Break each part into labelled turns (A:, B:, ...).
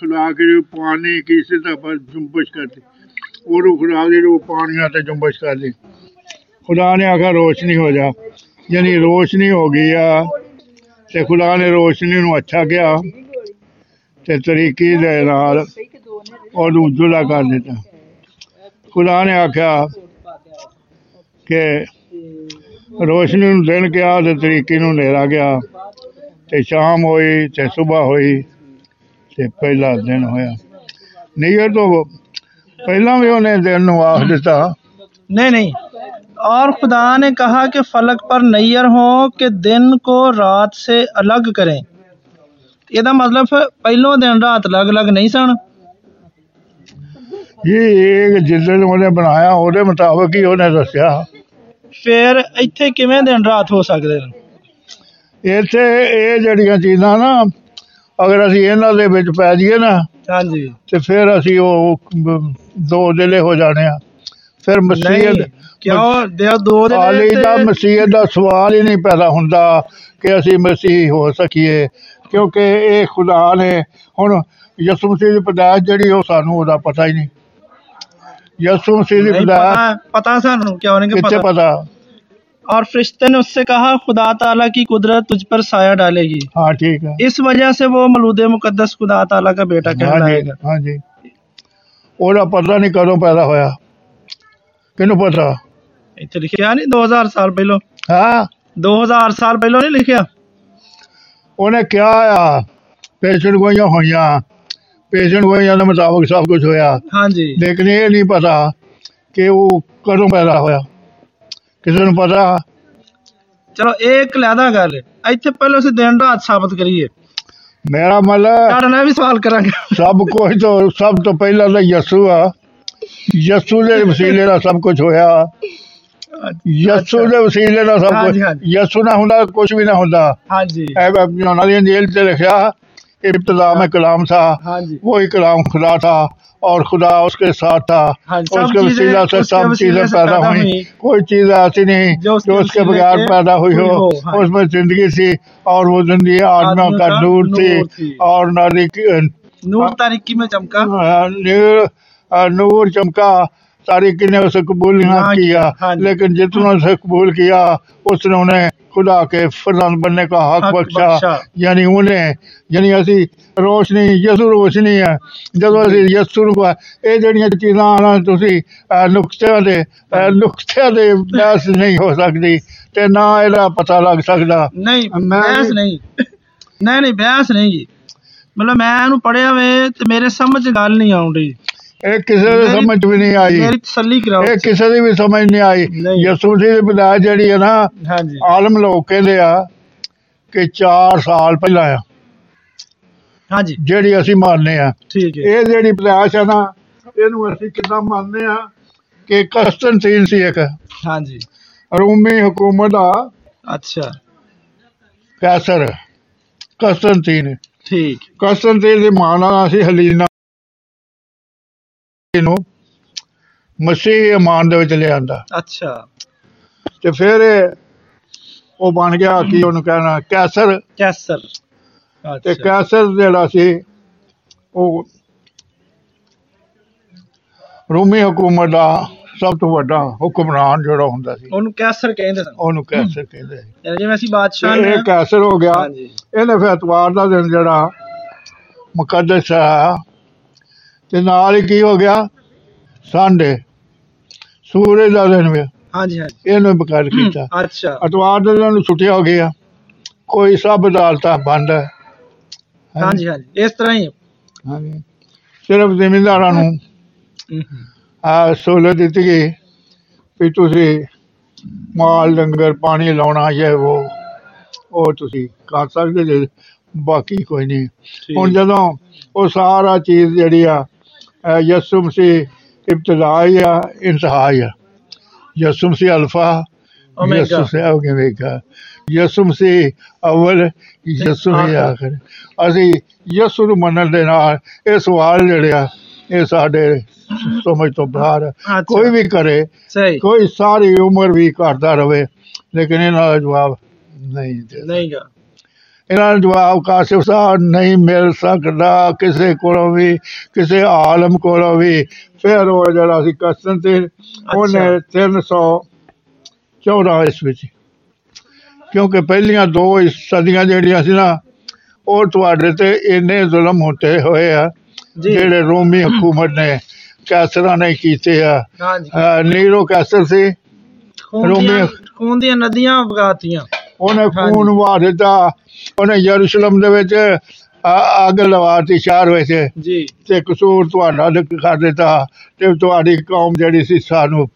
A: खिला के जो पानी की सतह पर जुम्बश करती और वो खुदा के जो पानी आते जुम्बश करती खुदा ने आखा रोशनी हो जा यानी रोशनी हो गई आ ਤੇ ਖੁਦਾ ਨੇ ਰੋਸ਼ਨੀ ਨੂੰ ਅੱਛਾ ਕਿਹਾ ਤੇ ਤਰੀਕੀ ਦੇ ਨਾਲ ਉਹਨੂੰ ਉਜਲਾ ਕਰ ਦਿੱਤਾ ਖੁਦਾ ਨੇ ਆਖਿਆ ਕਿ ਰੋਸ਼ਨੀ ਨੂੰ ਦਿਨ ਕਿਹਾ ਤੇ ਤਰੀਕੀ ਨੂੰ ਹਨੇਰਾ ਗਿਆ ਤੇ ਸ਼ਾਮ ਹੋਈ ਤੇ ਸਵੇਰ ਹੋਈ ਤੇ ਪਹਿਲਾ ਦਿਨ ਹੋਇਆ ਨੀਅਰ ਤੋਂ ਪਹਿਲਾਂ ਵੀ ਉਹਨੇ ਦਿਨ ਨੂੰ ਆਖ ਦਿੱਤਾ
B: नहीं नहीं और खुदा ने कहा कि फलक पर नैयर हो कि दिन को रात से अलग करें मतलब ਇਹਦਾ ਮਤਲਬ ਫਿਰ ਪਹਿਲੋਂ ਦਿਨ ਰਾਤ ਅਲੱਗ-ਅਲੱਗ ਨਹੀਂ ਸਨ
A: ਇਹ ਇਹ ਜਿੱਦਣ ਉਹਨੇ ਬਣਾਇਆ ਉਹਦੇ ਮੁਤਾਬਕ ਹੀ ਉਹਨੇ ਦੱਸਿਆ
B: ਫਿਰ ਇੱਥੇ ਕਿਵੇਂ ਦਿਨ ਰਾਤ ਹੋ ਸਕਦੇ ਨੇ
A: ਇੱਥੇ ਇਹ ਜਿਹੜੀਆਂ ਚੀਜ਼ਾਂ ਨਾ ਅਗਰ ਅਸੀਂ ਇਹਨਾਂ ਦੇ ਵਿੱਚ ਪੈ ਜਾਈਏ ਨਾ
B: ਹਾਂਜੀ
A: ਤੇ ਫਿਰ ਅਸੀਂ ਉਹ ਬ- ਦੋ ਦਿਲੇ ਹੋ ਜਾਣੇ ਆ ਫਿਰ
B: ਨਹੀਂ
A: ਮਸੀਹਤ
B: ਕਿਉਂ ਦੇ ਦੋ ਦੇ
A: ਹਾਲੀ ਦਾ ਮਸੀਹਤ ਦਾ ਸਵਾਲ ਹੀ ਨਹੀਂ ਪੈਦਾ ਹੁੰਦਾ ਕਿ ਅਸੀਂ ਮਸੀਹ ਹੋ ਸਕੀਏ ਕਿਉਂਕਿ ਇਹ ਖੁਦਾ ਨੇ ਹੁਣ ਯਿਸੂ ਮਸੀਹ ਦੀ ਪਦਾਇਸ਼ ਜਿਹੜੀ ਉਹ ਸਾਨੂੰ ਉਹਦਾ ਪਤਾ ਹੀ ਨਹੀਂ ਯਿਸੂ ਮਸੀਹ ਦੀ ਪਦਾਇਸ਼
B: पता पता ਸਾਨੂੰ ਕਿਉਂ ਨਹੀਂ
A: ਕਿੱਥੇ
B: ਪਤਾ
A: ਪਤਾ
B: और फरिश्ते ने उससे कहा खुदा ताला की कुदरत तुझ पर साया डालेगी
A: ਹਾਂ ਠੀਕ ਹੈ
B: इस वजह से वो मलूद मुकद्दस खुदा ताला का बेटा
A: ਹਾਂਜੀ
B: कहलाएगा
A: ਹਾਂਜੀ ਉਹਦਾ ਪਤਾ ਨਹੀਂ ਕਦੋਂ ਪੈਦਾ ਹੋਇਆ ਕਿਹਨੂੰ ਪਤਾ
B: ਇੱਥੇ ਲਿਖਿਆ ਨਹੀਂ 2000 ਸਾਲ ਪਹਿਲਾਂ
A: ਹਾਂ
B: 2000 ਸਾਲ ਪਹਿਲਾਂ ਨਹੀਂ ਲਿਖਿਆ
A: ਉਹਨੇ ਕਿਹਾ ਆ ਪੇਸ਼ਣ ਗੋਈਆਂ ਹੋਈਆਂ ਪੇਸ਼ਣ ਗੋਈਆਂ ਦੇ ਮੁਤਾਬਕ ਸਭ ਕੁਝ ਹੋਇਆ
B: ਹਾਂਜੀ
A: ਲੇਕਿਨ ਇਹ ਨਹੀਂ ਪਤਾ ਕਿ ਉਹ ਕਦੋਂ ਪੈਦਾ ਹੋਇਆ ਕਿਸੇ ਨੂੰ ਪਤਾ
B: ਚਲੋ ਇਹ ਇੱਕ ਲੈਦਾ ਗੱਲ ਹੈ ਇੱਥੇ ਪਹਿਲਾਂ ਅਸੀਂ ਦਿਨ ਰਾਤ ਸਾਬਤ ਕਰੀਏ
A: ਮੇਰਾ ਮਤਲਬ
B: ਤੁਹਾਡਾ ਨਾਲ ਵੀ ਸਵਾਲ ਕਰਾਂਗੇ
A: ਸਭ ਕੁਝ ਤੋਂ ਸਭ ਤੋਂ ਪਹਿਲਾਂ ਤਾਂ ਯਸੂ ਆ ਯਸੂ ਦੇ ਵਸੀਲੇ ਨਾਲ ਸਭ ਕੁਝ ਹੋਇਆ ਯਸੂ ਦੇ ਵਸੀਲੇ ਨਾਲ ਸਭ
B: ਹਾਂਜੀ,
A: ਕੁਝ
B: ਹਾਂਜੀ।
A: ਯਸੂ ਨਾ ਹੁੰਦਾ ਕੁਝ ਵੀ ਨਾ ਹੁੰਦਾ
B: ਹਾਂਜੀ
A: ਐ ਉਹਨਾਂ ਦੀ ਅੰਜੀਲ ਤੇ ਲਿਖਿਆ ਇਬਤਦਾ ਮੈਂ ਕਲਾਮ ਥਾ
B: ਹਾਂਜੀ
A: वही कलाम खुदा था और खुदा उसके साथ था
B: हाँ, सब
A: उसके
B: चीजें-
A: वसीला से
B: उसके
A: सब
B: वसीले
A: चीजें
B: से
A: पैदा
B: पैदा
A: हुई
B: हुई।
A: कोई चीज ऐसी नहीं
B: जो
A: जो
B: उसके
A: उसके,
B: वसीले
A: बगैर
B: से
A: पैदा हुई हो
B: हुई हो, हाँ।
A: उसमें जिंदगी थी और वो जिंदगी आत्मा
B: आदमियों
A: का
B: का
A: नूर थी
B: नूर थी।
A: और नारी की- अ,
B: ਨੂਰ ਤਾਰੀਕੀ ਮੇ ਚਮਕਾ
A: नूर अ, नूर चमका तारीकी ने उसे कबूल ना
B: ना किया,
A: किया
B: हाँ जी।
A: लेकिन जितना उसे कबूल किया उसने उन्हें खुदा के फरजान बनने का हक
B: हक
A: बख्शा
B: बख्शा।
A: ਯਾਨੀ ਉਹਨੇ ਯਾਨੀ ਅਸੀਂ ਰੋਸ਼ਨੀ ਯਸੂ ਰੋਸ਼ਨੀ ਹੈ ਜਦੋਂ ਅਸੀਂ ਯਸੂ ਨੂੰ ਕਹਾ- ਇਹ ਜਿਹੜੀਆਂ ਚੀਜ਼ਾਂ ਆਣਾ ਤੁਸੀਂ ਅਹ, ਨੁਕਤਿਆਂ ਦੇ ਅਹ, ਨੁਕਤਿਆਂ ਦੇ ਬਹਿਸ ਨਹੀਂ ਹੋ ਸਕਦੀ ਤੇ ਨਾ ਇਹਦਾ ਪਤਾ ਲੱਗ ਸਕਦਾ
B: ਨਹੀਂ
A: ਮੈਂ-
B: ਬਹਿਸ ਨਹੀਂ ਨਹੀਂ ਨਹੀਂ ਬਹਿਸ ਨਹੀਂ ਜੀ ਮਤਲਬ ਮੈਂ ਇਹਨੂੰ ਪੜਿਆ ਵੇ ਤੇ ਮੇਰੇ ਸਮਝ 'ਚ ਗੱਲ ਨਹੀਂ ਆਉਂਦੀ
A: ਇਹ ਕਿਸੇ ਦੇ
B: ਮੇਰੀ-
A: ਸਮਝ ਵੀ ਨਹੀਂ ਆਈ
B: ਮੇਰੀ ਤਸੱਲੀ ਕਰਾਓ
A: ਇਹ ਕਿਸੇ ਦੀ ਵੀ ਸਮਝ ਨਹੀਂ ਆਈ
B: ਨਹੀਂ।
A: ਯਸੂ ਦੀ ਬਿਦਾ ਜਿਹੜੀ ਹੈ ਨਾ
B: ਹਾਂਜੀ
A: ਆਲਮ ਲੋਕ ਕਹਿੰਦੇ ਆ ਕਿ 4 ਸਾਲ ਪਹਿਲਾਂ ਆ
B: ਹਾਂਜੀ
A: ਜਿਹੜੀ ਅਸੀਂ ਮੰਨਦੇ ਆ
B: ਠੀਕ ਹੈ
A: ਇਹ ਜਿਹੜੀ ਪਲਾਸ਼ ਹੈ ਨਾ ਇਹਨੂੰ ਅਸੀਂ ਕਿੱਦਾਂ ਮੰਨਦੇ ਆ ਕਿ ਕਸਟਨਟੀਨ ਸੀ ਇੱਕ
B: ਹਾਂਜੀ
A: ਰੂਮੀ ਹਕੂਮਤ ਦਾ
B: ਅੱਛਾ
A: ਕੈਸਰ ਕਸਟਨਟੀਨ
B: ਠੀਕ
A: ਕਸਟਨਟੀਨ ਦੇ ਮਾਨਾ ਸੀ ਹਲੀਨਾ ਨੂੰ ਮਸੀਹ ਇਮਾਨ ਦੇ ਵਿੱਚ ਲਿਆਂਦਾ
B: ਅੱਛਾ
A: ਤੇ ਫਿਰ ਇਹ ਉਹ ਬਣ ਗਿਆ ਕੀ ਉਹਨੂੰ ਕਹਿਣਾ ਕੈਸਰ
B: ਕੈਸਰ
A: ਤੇ
B: ਅੱਛਾ
A: ਕੈਸਰ ਜਿਹੜਾ ਸੀ ਉਹ ਰੂਮੀ ਹਕੂਮਤ ਦਾ ਸਭ ਤੋਂ ਵੱਡਾ ਹੁਕਮਰਾਨ ਜਿਹੜਾ ਹੁੰਦਾ ਸੀ
B: ਉਹਨੂੰ ਕੈਸਰ ਕਹਿੰਦੇ ਸਨ
A: ਉਹਨੂੰ ਕੈਸਰ ਕਹਿੰਦੇ ਸੀ
B: ਯਾਨੀ ਜਿਵੇਂ ਅਸੀਂ ਬਾਦਸ਼ਾਹ
A: ਤੇ
B: ਨੇ
A: ਇਹ ਕੈਸਰ ਹੋ ਗਿਆ
B: ਹਾਂਜੀ
A: ਇਹਨੇ ਫਿਰ ਐਤਵਾਰ ਦਾ ਦਿਨ ਜਿਹੜਾ ਮੁਕੱਦਸ ਆ ਤੇ ਨਾਲ ਹੀ ਕੀ ਹੋ ਗਿਆ ਸੰਡੇ ਸੂਰਜ ਦਾ ਦਿਨ ਵੀ
B: ਹਾਂਜੀ ਹਾਂਜੀ
A: ਇਹਨੂੰ ਬਕਰ ਕੀਤਾ
B: ਅੱਛਾ
A: ਐਤਵਾਰ ਦੇ ਦਿਨ ਛੁੱਟੀਆਂ ਹੋ ਗਈਆਂ ਕੋਈ ਸਭ ਅਦਾਲਤਾਂ ਬੰਦ ਹੈ
B: ਹਾਂਜੀ ਹਾਂਜੀ ਇਸ ਤਰ੍ਹਾਂ ਹੀ ਹੈ।
A: ਹਾਂਜੀ ਸਿਰਫ ਜ਼ਿਮੀਂਦਾਰਾਂ ਨੂੰ
B: ਹਮ,
A: ਆ ਸਹੂਲਤ ਦਿੱਤੀ ਗਈ ਵੀ ਤੁਸੀਂ ਮਾਲ ਡੰਗਰ ਪਾਣੀ ਲਾਉਣਾ ਇਹ ਉਹ ਉਹ ਤੁਸੀਂ ਕਰ ਸਕਦੇ ਜੇ ਬਾਕੀ ਕੋਈ ਨਹੀਂ
B: ਠੀਕ।
A: ਹੁਣ ਜਦੋਂ ਉਹ ਸਾਰਾ ਚੀਜ਼ ਜਿਹੜੀ ਆ ਅ, ਯਿਸੂ ਮਸੀਹ ਇਬਤਦਾਈ ਆ ਇੰਤਹਾਈ ਆ Yisu Masih alpha
B: Omega.
A: Yisu Masih omega Yisu ਮਸੀਹ ਅਵਲ ਯਿਸੂ ਹੀ
B: ਆਖਰ।
A: ਆਖਰ ਅਸੀਂ ਯਿਸੂ ਨੂੰ ਮੰਨਣ ਦੇ ਨਾਲ ਇਹ ਸਵਾਲ ਜਿਹੜੇ ਆ ਇਹ ਸਾਡੇ ਸਮਝ ਤੋਂ ਬਾਹਰ ਆ।
B: ਅੱਛਾ।
A: ਕੋਈ ਵੀ ਕਰੇ
B: ਸਹੀ
A: ਕੋਈ ਸਾਰੀ ਉਮਰ ਵੀ ਕਰਦਾ ਰਵੇ ਲੇਕਿਨ ਇਹਨਾਂ ਦਾ ਜਵਾਬ ਨਹੀਂ ਦੇ
B: ਨਹੀਂਗਾ
A: ਇਹਨਾਂ ਨੇ ਜਵਾਬ ਕਾਸ਼ਿਫ ਸਾਹਿਬ ਨਹੀਂ ਮਿਲ ਸਕਦਾ ਕਿਸੇ ਕੋਲੋਂ ਵੀ ਕਿਸੇ ਆਲਮ ਕੋਲੋਂ ਵੀ ਫਿਰ ਉਹ ਜਿਹੜਾ ਸੀ ਕਸਨ ਤੇ ਉਹਨੇ 314 ਈਸਵੀ ਵਿੱਚ ਕਿਉਂਕਿ ਪਹਿਲੀਆਂ ਦੋ ਸਦੀਆਂ ਜਿਹੜੀਆਂ ਸੀ ਨਾ ਉਹ ਤੁਹਾਡੇ ਤੇ ਇੰਨੇ ਜ਼ੁਲਮ ਹੁੰਦੇ ਹੋਏ ਆ
B: जी
A: ਜਿਹੜੇ ਰੋਮੀ ਹਕੂਮਤ ਨੇ ਕੈਸਰਾਂ ਨੇ ਕੀਤੇ ਆ
B: हाँ जी
A: ਅਹ ਨੀਰੋ ਕੈਸਰ ਸੀ
B: खून
A: रोमी-
B: दिया खून दिया नदियां बगातियां
A: ਉਹਨੇ
B: ਹਾਂਜੀ।
A: ਖੂਨ ਵਹਾ ਦਿੱਤਾ ਉਹਨੇ ਯਰੂਸ਼ਲਮ ਦੇ ਵਿੱਚ ਅ- ਅੱਗ ਲਵਾਤੀ ਸ਼ਹਿਰ ਵਿੱਚ
B: जी
A: ਤੇ ਕਸੂਰ ਤੁਹਾਡਾ ਲਿਖ ਕਰ ਦਿੱਤਾ ਤੇ ਤੁਹਾਡੀ ਕੌਮ ਜਿਹੜੀ ਸੀ ਸਾਨੂੰ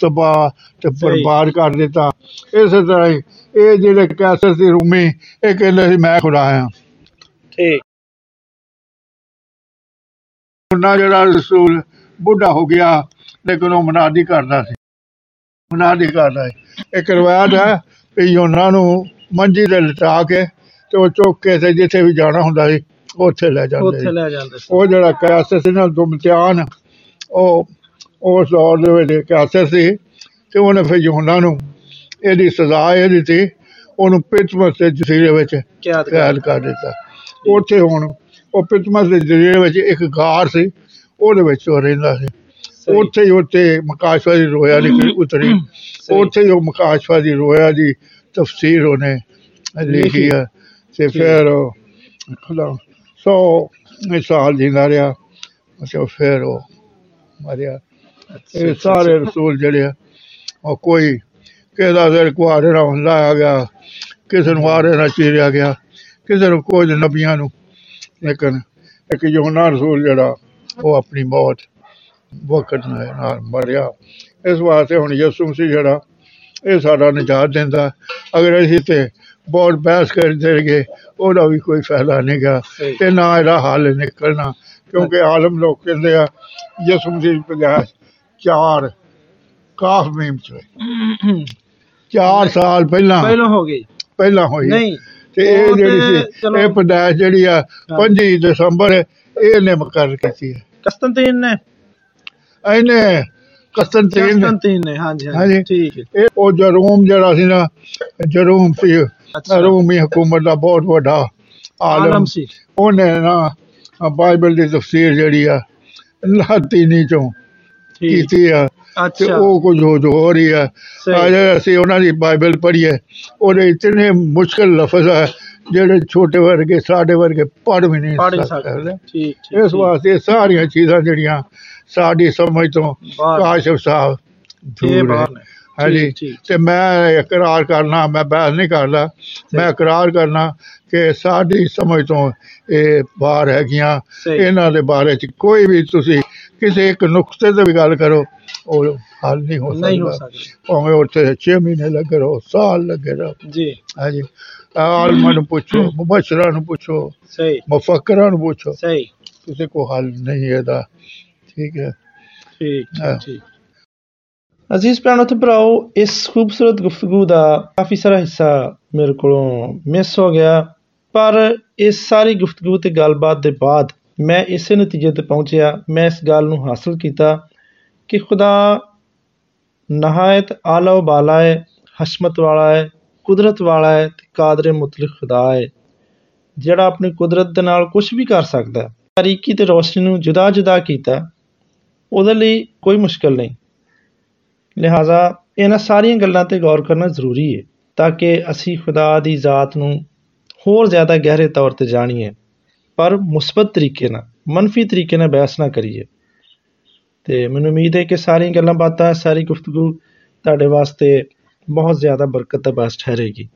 A: ਤਬਾਹ ਤੇ
B: ਸਹੀ।
A: ਬਰਬਾਦ ਕਰ ਦਿੱਤਾ ਇਸੇ ਤਰ੍ਹਾਂ ਹੀ ਇਹ ਜਿਹੜੇ ਕੈਸਰ ਸੀ ਰੂਮੀ ਇਹ ਕਹਿੰਦੇ ਸੀ ਮੈਂ ਖੁਦਾ ਹਾਂ
B: ठीक
A: ਉਹਨਾਂ ਜਿਹੜਾ ਰਸੂਲ ਬੁੱਢਾ ਹੋ ਗਿਆ ਲੇਕਿਨ ਉਹ ਮਨਾਦੀ ਕਰਦਾ ਸੀ ਮਨਾਦੀ ਕਰਦਾ ਸੀ ਇੱਕ ਰਵਾਇਤ ਹੈ ਕਿ ਯੋਨਾ ਨੂੰ ਮੰਜੀ ਤੇ ਲਟਾ ਕੇ ਤੇ ਉਹ ਚੁੱਕ ਕੇ ਤੇ ਜਿੱਥੇ ਵੀ ਜਾਣਾ ਹੁੰਦਾ ਸੀ ਉੱਥੇ ਲੈ ਜਾਂਦੇ
B: उठे
A: ਸੀ।
B: ले जाते सी।
A: ਉਹ ਜਿਹੜਾ ਕੈਸਰ ਸੀ ਨਾ ਦੁਮਤਿਆਨ ਉਹ ਉਸ ਦੌਰ ਦੇ ਵਿੱਚ ਕੈਸਰ ਸੀ ਤੇ ਉਹਨੇ ਫਿਰ ਯੋਨਾ ਨੂੰ ਇਹਦੀ ਸਜ਼ਾ ਇਹ ਦਿੱਤੀ ਉਹਨੂੰ ਪਿਤਮਸ ਦੇ ਜਜ਼ੀਰੇ ਵਿੱਚ
B: क्या
A: ਕੈਦ ਕਰ ਦਿੱਤਾ ਉੱਥੇ ਹੁਣ ਉਹ ਪਿਤਮਸ ਦੇ ਜਜ਼ੀਰੇ ਵਿੱਚ ਇੱਕ ਗਾਰ ਸੀ ਉਹਦੇ ਵਿੱਚ ਉਹ ਰਹਿੰਦਾ ਸੀ
B: सही,
A: ਉੱਥੇ ਹੀ ਉੱਥੇ ਮਕਾਸ਼ਵਾ ਦੀ ਰੋਇਆ ਲਿਖੀ ਉਤਰੀ
B: सही।
A: ਉੱਥੇ ਹੀ ਉਹ ਮਕਾਸ਼ਵਾ ਦੀ ਰੋਇਆ ਦੀ ਤਫਸੀਰ ਉਹਨੇ ਲਿਖੀ ਹੈ ਤੇ ਫਿਰ ਉਹ ਖੁਦਾ ਸੋ ਮਿਸਾਲ ਜਿੰਦਾ ਰਿਹਾ ਤੇ ਫਿਰ ਉਹ ਮਰਿਆ
B: अच्छा,
A: ਇਹ
B: अच्छा,
A: ਸਾਰੇ ਰਸੂਲ ਜਿਹੜੇ ਆ ਉਹ ਕੋਈ ਕਿਹਦਾ ਸਿਰ ਕੁਹਾਰੇ ਨਾਲ ਹੁੰਦਾ ਆ ਗਿਆ ਕਿਸੇ ਨੂੰ ਆਰੇ ਨਾਲ ਚੀਰਿਆ ਗਿਆ ਕਿਸੇ ਨੂੰ ਕੋਈ ਨਬੀਆਂ ਨੂੰ ਲੇਕਿਨ ਇੱਕ ਯੋਨਾ ਰਸੂਲ ਜਿਹੜਾ ਉਹ ਆਪਣੀ ਮੌਤ ਵਕਤ ਨਾਲ ਨਾਲ ਮਰਿਆ ਇਸ ਵਾਸਤੇ ਹੁਣ ਯਿਸੂ ਸੀ ਜਿਹੜਾ ਇਹ ਸਾਡਾ ਨਜਾਤ ਦਿੰਦਾ ਅਗਰ ਅਸੀਂ ਤੇ ਬਹੁਤ ਬਹਿਸ ਕਰਦੇ ਰਹੀਏ ਉਹਦਾ ਵੀ ਕੋਈ ਫਾਇਦਾ ਨਹੀਂਗਾ
B: ਸਹੀ।
A: ਤੇ ਨਾ ਇਹਦਾ ਹੱਲ ਨਿਕਲਣਾ ਕਿਉਂਕਿ ਆਲਮ ਲੋਕ ਕਹਿੰਦੇ ਆ ਯਿਸੂ ਦੀ ਬਜਾਏ ਚਾਰ ਕਾਫ ਮੀਮ ਚ ਚਾਰ ਸਾਲ ਪਹਿਲਾਂ
B: पहले हो गई
A: ਪਹਿਲਾਂ ਹੋਈ
B: नहीं
A: ਤੇ ਇਹ
B: ਉਹ
A: ਜਿਹੜੀ
B: ਤੇ
A: ਸੀ
B: ਚਲੋ-
A: ਇਹ ਪਦਾਇਸ਼ ਜਿਹੜੀ ਆ 25 ਦਸੰਬਰ ਇਹਨੇ ਮੁਕਰਰ ਕੀਤੀ ਹੈ
B: कस्तनतीन ने
A: ਇਹਨੇ ਕਸਤਨਤੀਨ ਨੇ-
B: कस्तनतीन ने हाँ जी हाँ
A: हाँ
B: जी
A: जी।
B: ठीक है
A: ਇਹ ਉਹ ਜਰੂਮ ਜਿਹੜਾ ਸੀ ਨਾ ਜਰੂਮ ਸੀ
B: अच्छा
A: ਰੂਮੀ ਹਕੂਮਤ ਦਾ ਬਹੁਤ ਵੱਡਾ ਆਲਮ
B: आलम सी
A: ਉਹਨੇ ਨਾ ਬਾਈਬਲ ਦੀ ਤਫਸੀਰ ਜਿਹੜੀ ਆ ਲਾਤੀਨੀ ਚੋਂ
B: ठीक
A: ਕੀਤੀ ਆ ਤੇ
B: अच्छा
A: ਉਹ ਕੁਝ ਹੋ ਹੋ ਰਹੀ ਆ
B: सही
A: ਅੱਜ ਅਸੀਂ ਉਹਨਾਂ ਦੀ ਬਾਈਬਲ ਪੜ੍ਹੀਏ ਉਹਦੇ ਇਤਨੇ ਮੁਸ਼ਕਲ ਲਫ਼ਜ਼ ਆ ਜਿਹੜੇ ਛੋਟੇ ਵਰਗੇ ਸਾਡੇ ਵਰਗੇ ਪੜ੍ਹ ਵੀ ਨਹੀਂ
B: पढ़ सकते
A: ਸਕਦੇ
B: ठीक ठीक,
A: ਇਸ
B: ठीक।
A: ਵਾਸਤੇ ਇਹ ਸਾਰੀਆਂ ਚੀਜ਼ਾਂ ਜਿਹੜੀਆਂ ਸਾਡੀ ਸਮਝ ਤੋਂ
B: ਬਾਹਰ।
A: ਕਾਸ਼ਫ ਸਾਹਿਬ
B: ये
A: ਦੂਰ ਹੈ
B: बाहर ने
A: ਹਾਂਜੀ
B: ਠੀਕ, ਠੀਕ।
A: ਤੇ ਮੈਂ ਇਕਰਾਰ ਕਰਨਾ ਮੈਂ ਬਹਿਸ ਨਹੀਂ ਕਰਦਾ ਮੈਂ ਇਕਰਾਰ ਕਰਨਾ ਕਿ ਸਾਡੀ ਸਮਝ ਤੋਂ ਇਹ ਬਾਹਰ ਹੈਗੀਆਂ
B: ਸਹੀ।
A: ਇਹਨਾਂ ਦੇ ਬਾਰੇ ਚ ਕੋਈ ਵੀ ਤੁਸੀਂ ਕਿਸੇ ਇੱਕ ਨੁਕਤੇ ਤੇ ਵੀ ਗੱਲ ਕਰੋ ਉਹ ਹੱਲ ਨਹੀਂ ਹੋ
B: नहीं हो
A: ਸਕਦਾ
B: सकता
A: ਭਾਵੇਂ ਉੱਥੇ 6 ਮਹੀਨੇ ਲੱਗੇ ਰਹੋ ਸਾਲ ਲੱਗੇ ਰਹੋ
B: जी
A: ਹਾਂਜੀ ਆਲਮਾਂ ਨੂੰ ਪੁੱਛੋ ਮੁਬਸ਼ਰਾਂ ਨੂੰ ਪੁੱਛੋ
B: सही
A: ਮੁਫਕਰਾਂ ਨੂੰ ਪੁੱਛੋ
B: सही
A: ਕਿਸੇ ਕੋ ਹੱਲ ਨਹੀਂ ਹੈ ਇਹਦਾ ਠੀਕ ਹੈ
B: ਠੀਕ
A: ਹਾਂ।
B: ਠੀਕ ਅਜ਼ੀਜ਼ ਭੈਣੋ ਤੇ ਭਰਾਓ ਇਸ ਖੂਬਸੂਰਤ ਗੁਫ਼ਤਗੂ ਦਾ ਕਾਫੀ ਸਾਰਾ ਹਿੱਸਾ ਮੇਰੇ ਕੋਲੋਂ ਮਿਸ ਹੋ ਗਿਆ ਪਰ ਇਸ ਸਾਰੀ ਗੁਫ਼ਤਗੂ ਤੇ ਗੱਲਬਾਤ ਦੇ ਬਾਅਦ ਮੈਂ ਇਸੇ ਨਤੀਜੇ ਤੇ ਪਹੁੰਚਿਆ ਮੈਂ ਇਸ ਗੱਲ ਨੂੰ ਹਾਸਲ ਕੀਤਾ ਕਿ ਖੁਦਾ ਨਹਾਇਤ ਆਲਾ ਓ ਬਾਲਾ ਹੈ ਹਸ਼ਮਤ ਵਾਲਾ ਹੈ ਕੁਦਰਤ ਵਾਲਾ ਹੈ ਤੇ ਕਾਦਰੇ ਮੁਤਲਕ ਖੁਦਾ ਹੈ ਜਿਹੜਾ ਆਪਣੀ ਕੁਦਰਤ ਦੇ ਨਾਲ ਕੁਝ ਵੀ ਕਰ ਸਕਦਾ ਹੈ ਤਾਰੀਕੀ ਤੇ ਰੋਸ਼ਨੀ ਨੂੰ ਜੁਦਾ-ਜੁਦਾ ਕੀਤਾ ਉਹਦੇ ਲਈ ਕੋਈ ਮੁਸ਼ਕਲ ਨਹੀਂ ਲਿਹਾਜ਼ਾ ਇਹਨਾਂ ਸਾਰੀਆਂ ਗੱਲਾਂ ਤੇ ਗੌਰ ਕਰਨਾ ਜ਼ਰੂਰੀ ਹੈ ਤਾਂ ਕਿ ਅਸੀਂ ਖੁਦਾ ਦੀ ਜ਼ਾਤ ਨੂੰ ਹੋਰ ਜ਼ਿਆਦਾ ਗਹਿਰੇ ਤੌਰ ਤੇ ਜਾਣੀਏ ਪਰ ਮੁਸਬਤ ਤਰੀਕੇ ਨਾਲ ਮੰਨਫੀ ਤਰੀਕੇ ਨਾਲ ਬਹਿਸ ਨਾ ਕਰੀਏ ਤੇ ਮੈਨੂੰ ਉਮੀਦ ਹੈ ਕਿ ਸਾਰੀਆਂ ਗੱਲਾਂ ਬਾਤਾਂ ਸਾਰੀ ਗੁਫ਼ਤਗੂ ਤੁਹਾਡੇ ਵਾਸਤੇ ਬਹੁਤ ਜ਼ਿਆਦਾ ਬਰਕਤ ਦਾ ਬਾਸ ਠਹਿਰੇਗੀ